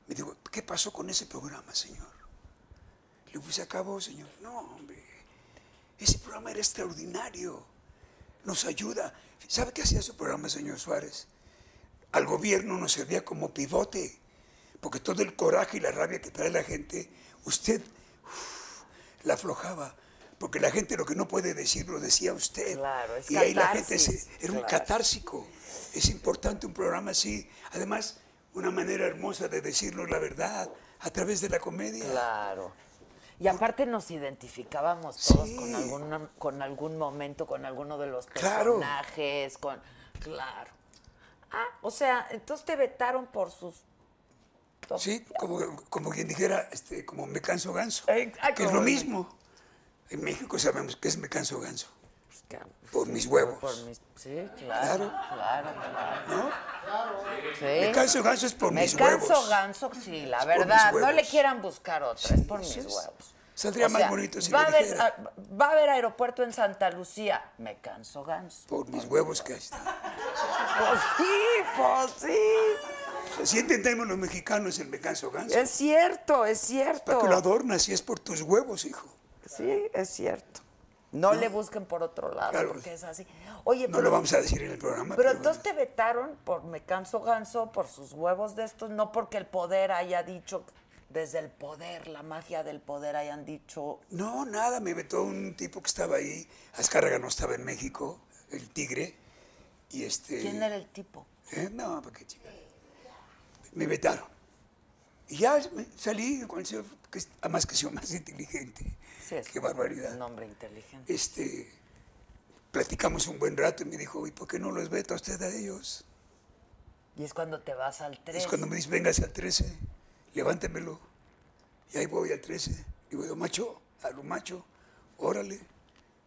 S5: Me dijo, ¿qué pasó con ese programa, señor? Le digo, "Pues se acabó, señor. No, hombre. Ese programa era extraordinario. Nos ayuda. ¿Sabe qué hacía su programa, señor Suárez? al gobierno nos servía como pivote, porque todo el coraje y la rabia que trae la gente, usted uf, la aflojaba, porque la gente lo que no puede decir lo decía usted.
S2: Claro, es
S5: y ahí la gente se-
S2: catarsis,
S5: era un
S2: claro.
S5: catársico. Es importante un programa así. Además, una manera hermosa de decirnos la verdad a través de la comedia.
S2: Claro. Y aparte nos identificábamos todos
S5: Sí.
S2: con algún con algún momento, con alguno de los
S5: Claro.
S2: personajes, con claro. Ah, o sea, entonces te vetaron por sus
S5: Sí, como, como quien dijera, este, como me canso ganso.
S2: Eh, ah,
S5: que es
S2: como-
S5: lo mismo. En México sabemos que es me canso ganso.
S2: Claro.
S5: Por mis huevos.
S2: pues, Por mis- sí, claro, claro, claro.
S5: ¿no?
S2: Sí.
S5: Me canso ganso es por
S2: Me
S5: mis
S2: canso
S5: huevos.
S2: ganso, sí, la
S5: por
S2: verdad.
S5: mis
S2: No le
S5: huevos.
S2: quieran buscar otra, es por mis
S5: sí, sí.
S2: huevos.
S5: Saldría más bonito si
S2: va
S5: lo
S2: a, haber,
S5: dijera.
S2: a- va a haber aeropuerto en Santa Lucía. Me canso ganso.
S5: Por mis huevos que ahí está.
S2: Pues sí, pues sí.
S5: Si entendemos los mexicanos el me canso ganso.
S2: Es cierto, es
S5: Para
S2: cierto.
S5: que lo adornas y es por tus huevos, hijo.
S2: Sí, es cierto. No, le busquen por otro lado,
S5: Claro.
S2: porque es así. Oye,
S5: No lo vamos a decir en el programa.
S2: Pero
S5: bueno.
S2: entonces te vetaron por me canso ganso, por sus huevos de estos, no porque el poder haya dicho, desde el poder, la magia del poder hayan dicho,
S5: No, nada, me vetó un tipo que estaba ahí. Azcárraga no estaba en México, el tigre. Y este.
S2: ¿quién era el tipo?
S5: ¿Eh? No, ¿para qué chica? Me vetaron. Y ya me- salí con el señor, que es- además que soy más inteligente. qué barbaridad.
S2: Un hombre inteligente.
S5: Este, platicamos un buen rato y me dijo, ¿y por qué no los veta usted a ellos?
S2: Y es cuando te vas al 3.
S5: Es cuando me dice, véngase al 13, levántemelo. Y ahí voy al 13. Digo, yo, macho, a lo macho, órale.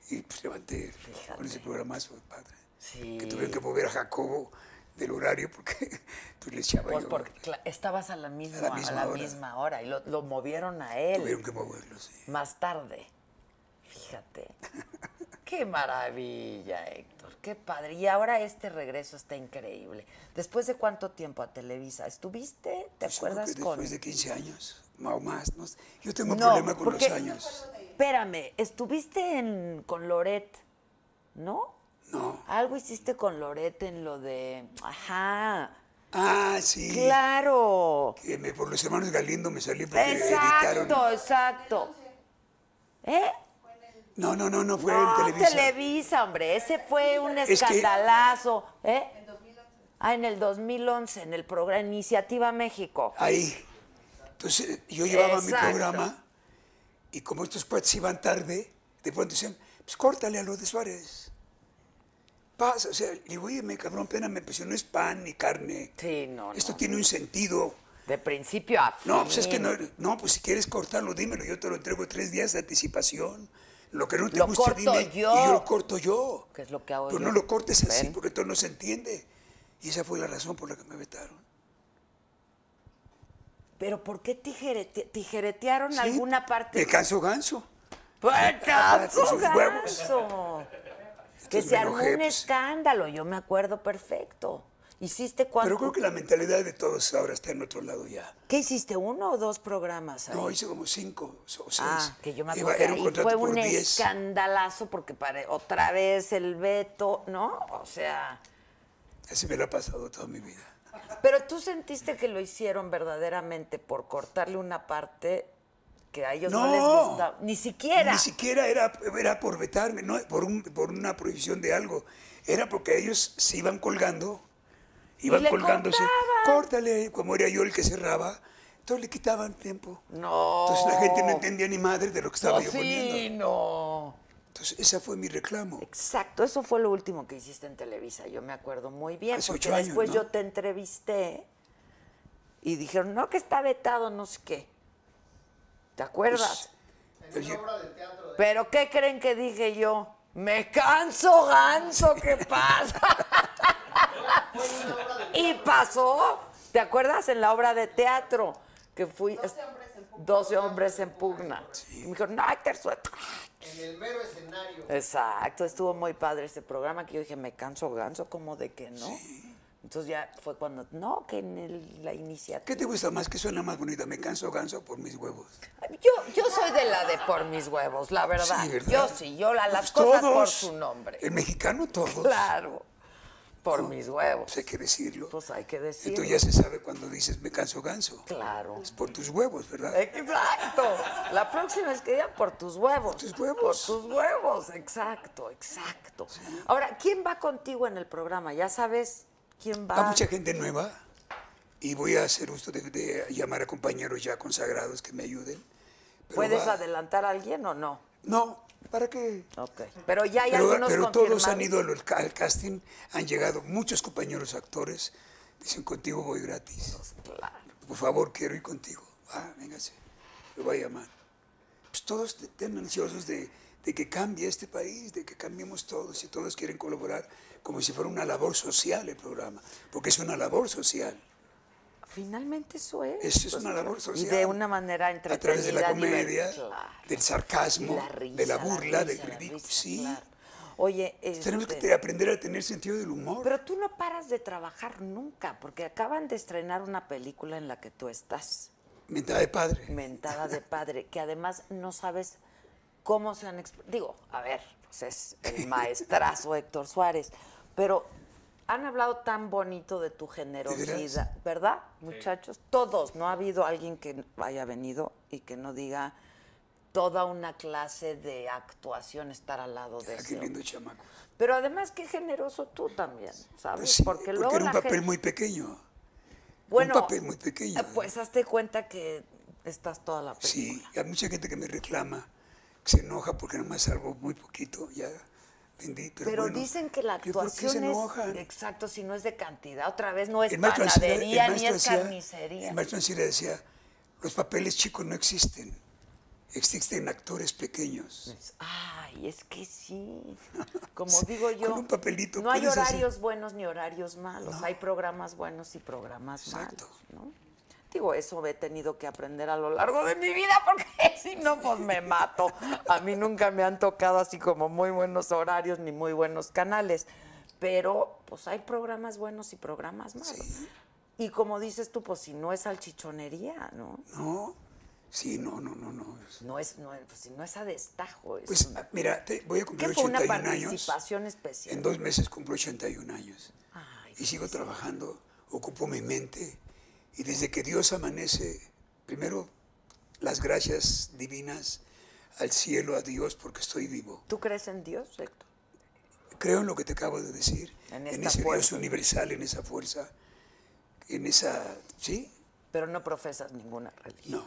S5: Y pues levanté con ese programazo, padre.
S2: Sí.
S5: Que tuve que mover a Jacobo del horario porque tú le echaba
S2: Pues
S5: yo.
S2: porque cla- estabas a la misma, a la misma, hora. y lo, lo movieron a
S5: Tuvieron
S2: él
S5: que moverlo, sí.
S2: más tarde. Fíjate. Qué maravilla, Héctor. Qué padre. Y ahora este regreso está increíble. ¿Después de cuánto tiempo a Televisa? ¿Estuviste? ¿Te
S5: Pues yo creo
S2: acuerdas
S5: que
S2: con.?
S5: Después de 15 años, ma- o más, no sé. Yo tengo un
S2: No,
S5: problema con
S2: porque-
S5: los años.
S2: Espérame, estuviste en, con Loret, ¿no?
S5: No.
S2: Algo hiciste con Loret en lo de. Ajá.
S5: Ah, sí.
S2: Claro.
S5: Que me- por los hermanos Galindo me salí porque editaron.
S2: Exacto, exacto. ¿Eh?
S5: No, no, no, no fue
S2: Ah,
S5: en Televisa.
S2: Televisa, hombre. Ese fue un
S5: que-
S2: escandalazo. ¿Eh? Ah, en el 2011, en el programa Iniciativa México.
S5: Ahí. Entonces yo llevaba
S2: Exacto.
S5: mi programa y como estos cuates iban tarde, de pronto decían, pues córtale a lo de Suárez. Pasa, o sea, le digo, oye, me cabrón, pena, me pues no es pan ni carne.
S2: Sí, no,
S5: Esto
S2: no.
S5: tiene un sentido.
S2: De principio a fin.
S5: No, pues es que no, no, pues si quieres cortarlo, dímelo, yo te lo entrego tres días de anticipación. Lo que no te
S2: Lo
S5: guste,
S2: corto
S5: dime,
S2: yo.
S5: y yo lo corto yo.
S2: Que es lo que hago
S5: Pero
S2: yo.
S5: no lo cortes así,
S2: ¿Ven?
S5: porque entonces no se entiende. Y esa fue la razón por la que me vetaron.
S2: Pero ¿por qué tijerete- tijeretearon
S5: Sí,
S2: alguna parte?
S5: Me canso ganso.
S2: ¡Pues,
S5: con sus
S2: ganso!
S5: huevos.
S2: Que
S5: Entonces
S2: se
S5: me
S2: armó
S5: enojé,
S2: un
S5: pues.
S2: escándalo, yo me acuerdo perfecto. ¿Hiciste cuánto?
S5: Pero creo que la mentalidad de todos ahora está en otro lado ya.
S2: ¿Qué hiciste? ¿Uno o dos programas ahí?
S5: No, hice como cinco o seis.
S2: Ah, que yo me
S5: Iba-
S2: acuerdo que
S5: era un
S2: ahí
S5: contrato
S2: fue
S5: por
S2: un
S5: 10.
S2: escandalazo porque pare- otra vez el veto, ¿no? O sea,
S5: Así me lo ha pasado toda mi vida.
S2: pero tú sentiste que lo hicieron verdaderamente por cortarle una parte que a ellos no,
S5: No.
S2: les gustaba, ni siquiera.
S5: Ni siquiera era, era por vetarme, no, por, un- por una prohibición de algo. Era porque ellos se iban colgando, iban
S2: le
S5: colgándose.
S2: cortaban.
S5: Córtale, como era yo el que cerraba, entonces le quitaban tiempo.
S2: No.
S5: Entonces la gente no entendía ni madre de lo que estaba
S2: No,
S5: yo
S2: sí,
S5: poniendo.
S2: no.
S5: Entonces ese fue mi reclamo.
S2: Exacto, eso fue lo último que hiciste en Televisa, yo me acuerdo muy bien,
S5: Hace
S2: porque
S5: ocho años,
S2: después
S5: ¿no?
S2: yo te entrevisté y dijeron, no, que está vetado, no sé qué. ¿Te acuerdas?
S5: Pues yo-
S2: Pero ¿qué creen que dije yo? Me canso, ganso, ¿qué pasa? y pasó, ¿te acuerdas? En la obra de teatro que fui... 12 hombres en pugna. Y me dijeron, no, Héctor, suelta. En el mero escenario. Exacto, estuvo muy padre ese programa que yo dije, me canso, ganso, como de que no. Entonces ya fue cuando, no, que en el- la iniciativa...
S5: ¿Qué te gusta más? que suena más bonita? Me canso ganso por mis huevos.
S2: Yo, yo soy de la de por mis huevos, la verdad.
S5: Sí, ¿verdad?
S2: Yo sí, yo la, las
S5: Pues
S2: cosas por
S5: todos,
S2: su nombre.
S5: El mexicano todos.
S2: Claro. Por mis huevos.
S5: Pues hay que decirlo.
S2: Pues hay que
S5: Y tú
S2: decirlo.
S5: ya se sabe cuando dices me canso ganso.
S2: Claro.
S5: Es por tus huevos, ¿verdad?
S2: Exacto. La próxima es que digan por tus huevos.
S5: tus huevos.
S2: Por tus huevos, exacto, exacto. Ahora, ¿quién va contigo en el programa? Ya sabes quién va.
S5: Va Ah, mucha gente nueva y voy a hacer uso de, de llamar a compañeros ya consagrados que me ayuden. Pero
S2: ¿Puedes
S5: va-
S2: adelantar a alguien o no?
S5: No, ¿para qué?
S2: Ok. Pero ya hay
S5: Pero,
S2: algunos
S5: pero todos han
S2: confirmados.
S5: ido al, al casting, han llegado muchos compañeros actores, dicen contigo voy gratis.
S2: Claro.
S5: Por favor, quiero ir contigo. Ah, véngase, lo voy a llamar. Pues todos te- están ansiosos de, de que cambie este país, de que cambiemos todos y todos quieren colaborar como si fuera una labor social el programa, porque es una labor social.
S2: Finalmente eso es.
S5: Eso es
S2: Pues,
S5: una labor social.
S2: Y de una manera entretenida.
S5: A través de la comedia,
S2: divertida. Claro.
S5: del sarcasmo,
S2: La risa,
S5: de la burla, del
S2: risa, la
S5: ridículo.
S2: risa,
S5: Sí,
S2: claro. Oye,
S5: tenemos que
S2: este,
S5: te- aprender a tener sentido del humor.
S2: Pero tú no paras de trabajar nunca, porque acaban de estrenar una película en la que tú estás,
S5: Mentada de padre.
S2: Mentada de Padre, que además no sabes cómo se han... exp- Digo, a ver, pues es el maestrazo Héctor Suárez, pero han hablado tan bonito de tu generosidad, ¿verdad, muchachos? Todos, no ha habido alguien que haya venido y que no diga toda una clase de actuación estar al lado de
S5: Ah, qué
S2: ese hombre.
S5: lindo chamaco.
S2: Pero además, qué generoso tú también, ¿sabes?
S5: Pues sí,
S2: porque
S5: porque,
S2: luego
S5: era un
S2: la
S5: papel
S2: gente-
S5: muy pequeño.
S2: bueno,
S5: un papel muy pequeño.
S2: eh, Pues hazte cuenta que estás toda la
S5: Sí,
S2: película.
S5: hay mucha gente que me reclama, que se enoja porque nomás salgo muy poquito, ya vendí. Pero,
S2: Pero
S5: bueno,
S2: dicen que la
S5: ¿que ¿Por qué se
S2: actuación
S5: enojan?
S2: es exacto, si no es de cantidad, otra vez no es
S5: El maestro Ancira- el
S2: panadería ni
S5: maestro
S2: es
S5: Ancira-
S2: carnicería.
S5: El maestro Ancira decía, los papeles chicos no existen, existen actores pequeños.
S2: pues, Ay, es que sí. Como digo yo,
S5: Con un papelito
S2: no hay
S5: puedes hacer-
S2: horarios buenos ni horarios malos. Hay programas buenos y programas
S5: Exacto.
S2: malos, ¿no? Digo, eso he tenido que aprender a lo largo de mi vida porque si no, pues me mato. A mí nunca me han tocado así como muy buenos horarios ni muy buenos canales. Pero, pues hay programas buenos y programas malos. Y como dices tú, pues si no es salchichonería, ¿no?
S5: No, sí, no, no, no, no.
S2: No es, no, es- pues, si no es a destajo. Es
S5: Pues
S2: un-
S5: ah, mira, te- voy a
S2: ¿Qué
S5: cumplir
S2: fue una
S5: 81 años.
S2: participación especial?
S5: En dos meses cumplo 81 años.
S2: Ay,
S5: y sigo trabajando, ocupo mi mente. Y desde que Dios amanece, primero las gracias divinas al cielo, a Dios, porque estoy vivo.
S2: ¿Tú crees en Dios, Héctor?
S5: Creo en lo que te acabo de decir,
S2: En
S5: en,
S2: esta
S5: ese Dios
S2: fuerza.
S5: universal, en esa fuerza, en esa... ¿Sí?
S2: Pero no profesas ninguna religión.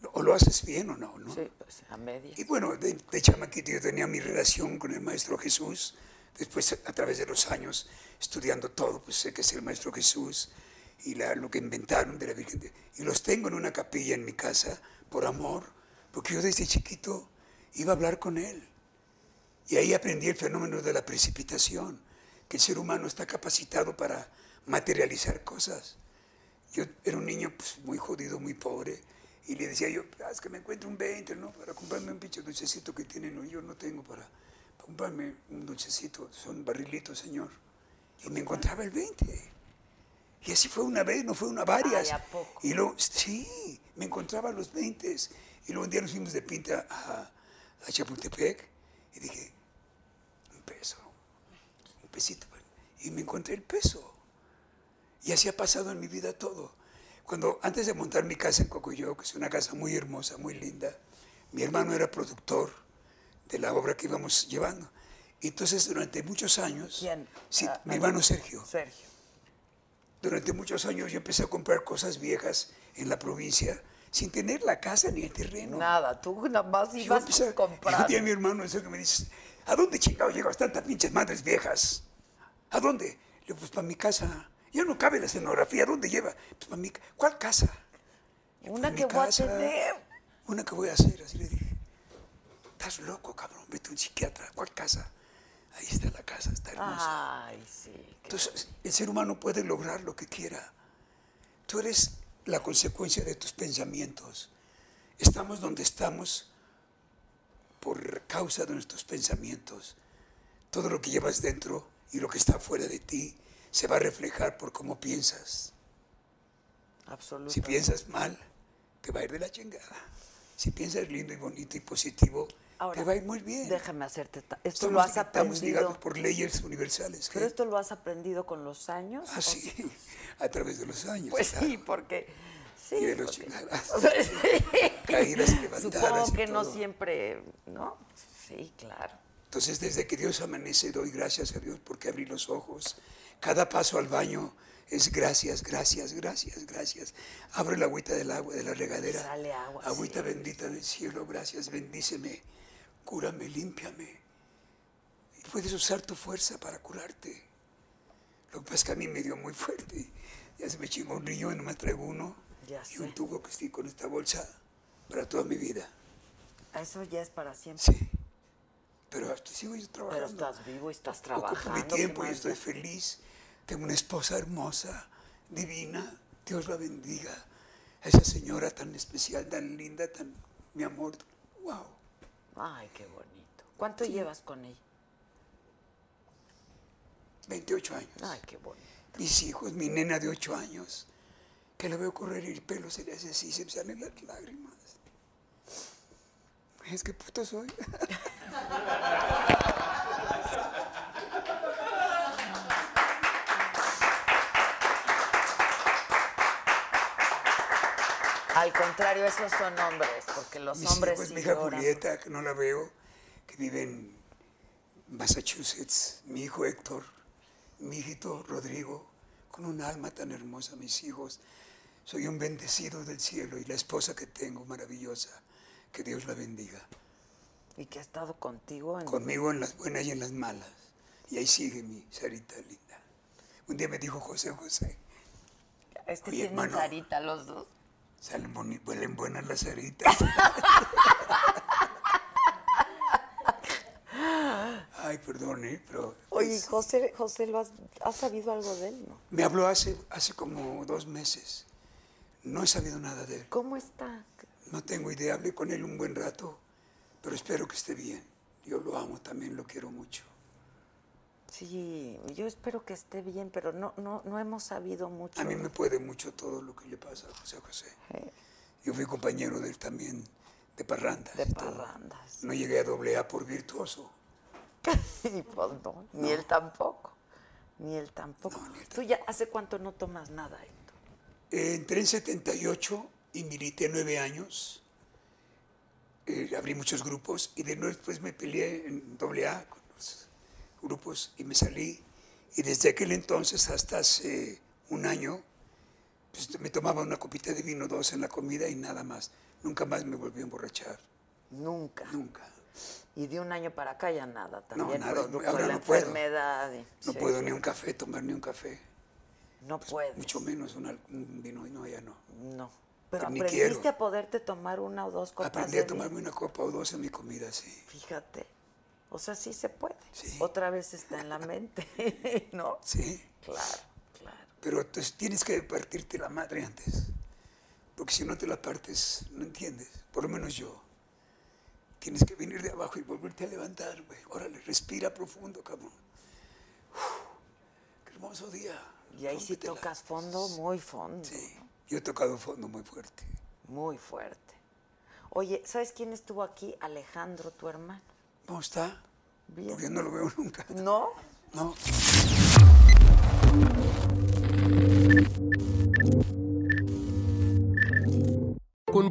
S5: No. O lo haces bien o no, ¿no?
S2: Sí, pues a medias.
S5: Y bueno, de, de chamaquito yo tenía mi relación con el Maestro Jesús. Después, a través de los años, estudiando todo, pues sé que es el Maestro Jesús y la- lo que inventaron de la Virgen. de- y los tengo en una capilla en mi casa por amor, porque yo desde chiquito iba a hablar con él. Y ahí aprendí el fenómeno de la precipitación, que el ser humano está capacitado para materializar cosas. Yo era un niño pues, muy jodido, muy pobre, y le decía yo, haz que me encuentre un 20, ¿no? Para comprarme un pinche dulcecito que tienen, ¿no? yo no tengo para, para comprarme un dulcecito, son barrilitos, señor. Y me encontraba el 20. Y así fue una vez, no fue una,
S2: Ay,
S5: varias.
S2: ¿a poco?
S5: Y luego, sí, me encontraba los 20. Y luego un día nos fuimos de pinta a, a Chapultepec y dije, un peso, un pesito. pues. Y me encontré el peso. Y así ha pasado en mi vida todo. Cuando antes de montar mi casa en Cocoyo, que es una casa muy hermosa, muy linda, mi hermano era productor de la obra que íbamos llevando. Y entonces durante muchos años,
S2: ¿Quién?
S5: sí,
S2: Ah,
S5: mi hermano Sergio,
S2: Sergio.
S5: durante muchos años yo empecé a comprar cosas viejas en la provincia sin tener la casa ni el terreno.
S2: Nada, tú nada más
S5: Y
S2: ibas
S5: empecé-
S2: a
S5: y un
S2: comprar.
S5: día mi hermano eso que me dice, ¿a dónde chingado llegas tantas pinches madres viejas? ¿A dónde? Le digo, pues para mi casa. Ya no cabe la escenografía, ¿a dónde lleva? Pues para mi ca- ¿Cuál casa?
S2: Una
S5: "Pues, mi
S2: que voy a
S5: casa".
S2: tener.
S5: Una que voy a hacer, así le dije. Estás loco, cabrón, vete a un psiquiatra. ¿Cuál casa? Ahí está la casa, está
S2: Ah.
S5: hermosa.
S2: Ay, sí. qué-
S5: Entonces, el ser humano puede lograr lo que quiera. Tú eres la consecuencia de tus pensamientos. Estamos donde estamos por causa de nuestros pensamientos. Todo lo que llevas dentro y lo que está fuera de ti se va a reflejar por cómo piensas.
S2: Absolutamente.
S5: Si piensas mal, te va a ir de la chingada. Si piensas lindo y bonito y positivo,
S2: Ahora,
S5: te va a ir muy bien.
S2: Déjame hacerte. ta- Esto
S5: estamos,
S2: lo has
S5: estamos ligados
S2: aprendido.
S5: por leyes universales. ¿qué?
S2: Pero esto lo has aprendido con los años.
S5: Ah,
S2: ¿o
S5: sí, a través de los años.
S2: Pues
S5: claro.
S2: sí, porque. Sí.
S5: Y de los
S2: porque-
S5: chingadas.
S2: Sí.
S5: Caídas, levantadas
S2: Supongo
S5: y
S2: que no
S5: todo.
S2: siempre, ¿no? Sí, claro.
S5: Entonces, desde que Dios amanece, doy gracias a Dios porque abrí los ojos. Cada paso al baño es gracias, gracias, gracias, gracias. Abro la agüita del agua, de la regadera.
S2: Sale agua,
S5: Agüita
S2: sí.
S5: bendita del cielo, gracias, bendíceme, cúrame, límpiame. Y puedes usar tu fuerza para curarte. Lo que pasa es que a mí me dio muy fuerte. Ya se me chingó un riñón y nomás traigo uno.
S2: Ya
S5: y un
S2: sé.
S5: tubo que estoy con esta bolsa para toda mi vida.
S2: Eso ya es para siempre.
S5: Sí. Pero hasta sigo yo
S2: Pero
S5: trabajando.
S2: estás vivo y estás
S5: Ocupo
S2: trabajando.
S5: mi
S2: ¿qué
S5: tiempo y
S2: más
S5: estoy
S2: da?
S5: feliz. Tengo una esposa hermosa, divina. Dios la bendiga. A esa señora tan especial, tan linda, tan mi amor. Wow.
S2: Ay, qué bonito. ¿Cuánto llevas con ella?
S5: 28 años.
S2: Ay, qué bonito.
S5: Mis hijos, mi nena de 8 años, que la veo correr y el pelo se le hace así, se me salen las lágrimas. Es que puto soy.
S2: Al contrario, esos son hombres, porque los
S5: Mis
S2: hombres
S5: hijos,
S2: sí
S5: mi hija
S2: lloran.
S5: Julieta, que no la veo, que vive en Massachusetts, mi hijo Héctor, mi hijito Rodrigo, con un alma tan hermosa, mis hijos. Soy un bendecido del cielo y la esposa que tengo, maravillosa, que Dios la bendiga.
S2: Y que ha estado contigo en...
S5: Conmigo en las buenas y en las malas. Y ahí sigue mi Sarita linda. Un día me dijo José José,
S2: Es que este
S5: Oye,
S2: tienen
S5: hermano.
S2: carita los dos.
S5: salen boni- huelen buenas las Saritas. Ay, perdón, ¿eh? pero
S2: Oye, José, José ¿lo has, has sabido algo de él? No.
S5: Me habló hace, hace como dos meses. No he sabido nada de él.
S2: ¿Cómo está?
S5: No tengo idea. Hablé con él un buen rato, pero espero que esté bien. Yo lo amo también, lo quiero mucho.
S2: Sí, yo espero que esté bien, pero no, no, no hemos sabido mucho.
S5: A mí me puede mucho todo lo que le pasa a José José. Yo fui compañero de él también, de parrandas.
S2: De
S5: y todo.
S2: parrandas.
S5: No llegué a doble A por virtuoso.
S2: Y pues no, ni él tampoco. Ni él tampoco.
S5: No, ni él
S2: Tú ya, ¿hace cuánto no tomas nada, Héctor?
S5: Eh, Entré en 78 y milité nueve años. Eh, abrí muchos grupos y de nuevo después me peleé en AA con los grupos y me salí. Y desde aquel entonces hasta hace un año, pues, me tomaba una copita de vino, dos en la comida y nada más. Nunca más me volví a emborrachar,
S2: Nunca.
S5: nunca.
S2: Y de un año para acá ya nada. También
S5: nada,
S2: producto
S5: ahora
S2: de la
S5: no puedo.
S2: enfermedad. y-
S5: No
S2: sí,
S5: puedo ni un café, tomar ni un café,
S2: No puedes.
S5: mucho menos un, al- un vino, y no, ya no.
S2: No. Pero
S5: Ni
S2: aprendiste
S5: quiero.
S2: a poderte tomar una o dos copas
S5: Aprendí
S2: de
S5: a
S2: vino.
S5: tomarme una copa o dos en mi comida, sí.
S2: Fíjate. O sea, sí se puede.
S5: Sí.
S2: Otra vez está en la mente, ¿no?
S5: Sí.
S2: Claro, claro.
S5: Pero entonces tienes que partirte la madre antes. Porque si no te la partes, no entiendes. Por lo menos yo. Tienes que venir de abajo y volverte a levantar, güey. Órale, respira profundo, cabrón. Uf, qué hermoso día.
S2: Y ahí sí
S5: Rómpetela.
S2: tocas fondo, muy fondo.
S5: Sí, yo he tocado fondo muy fuerte.
S2: Muy fuerte. Oye, ¿sabes quién estuvo aquí? Alejandro, tu hermano.
S5: ¿Cómo está?
S2: Bien.
S5: Porque no lo veo nunca.
S2: ¿No?
S5: No.
S6: Con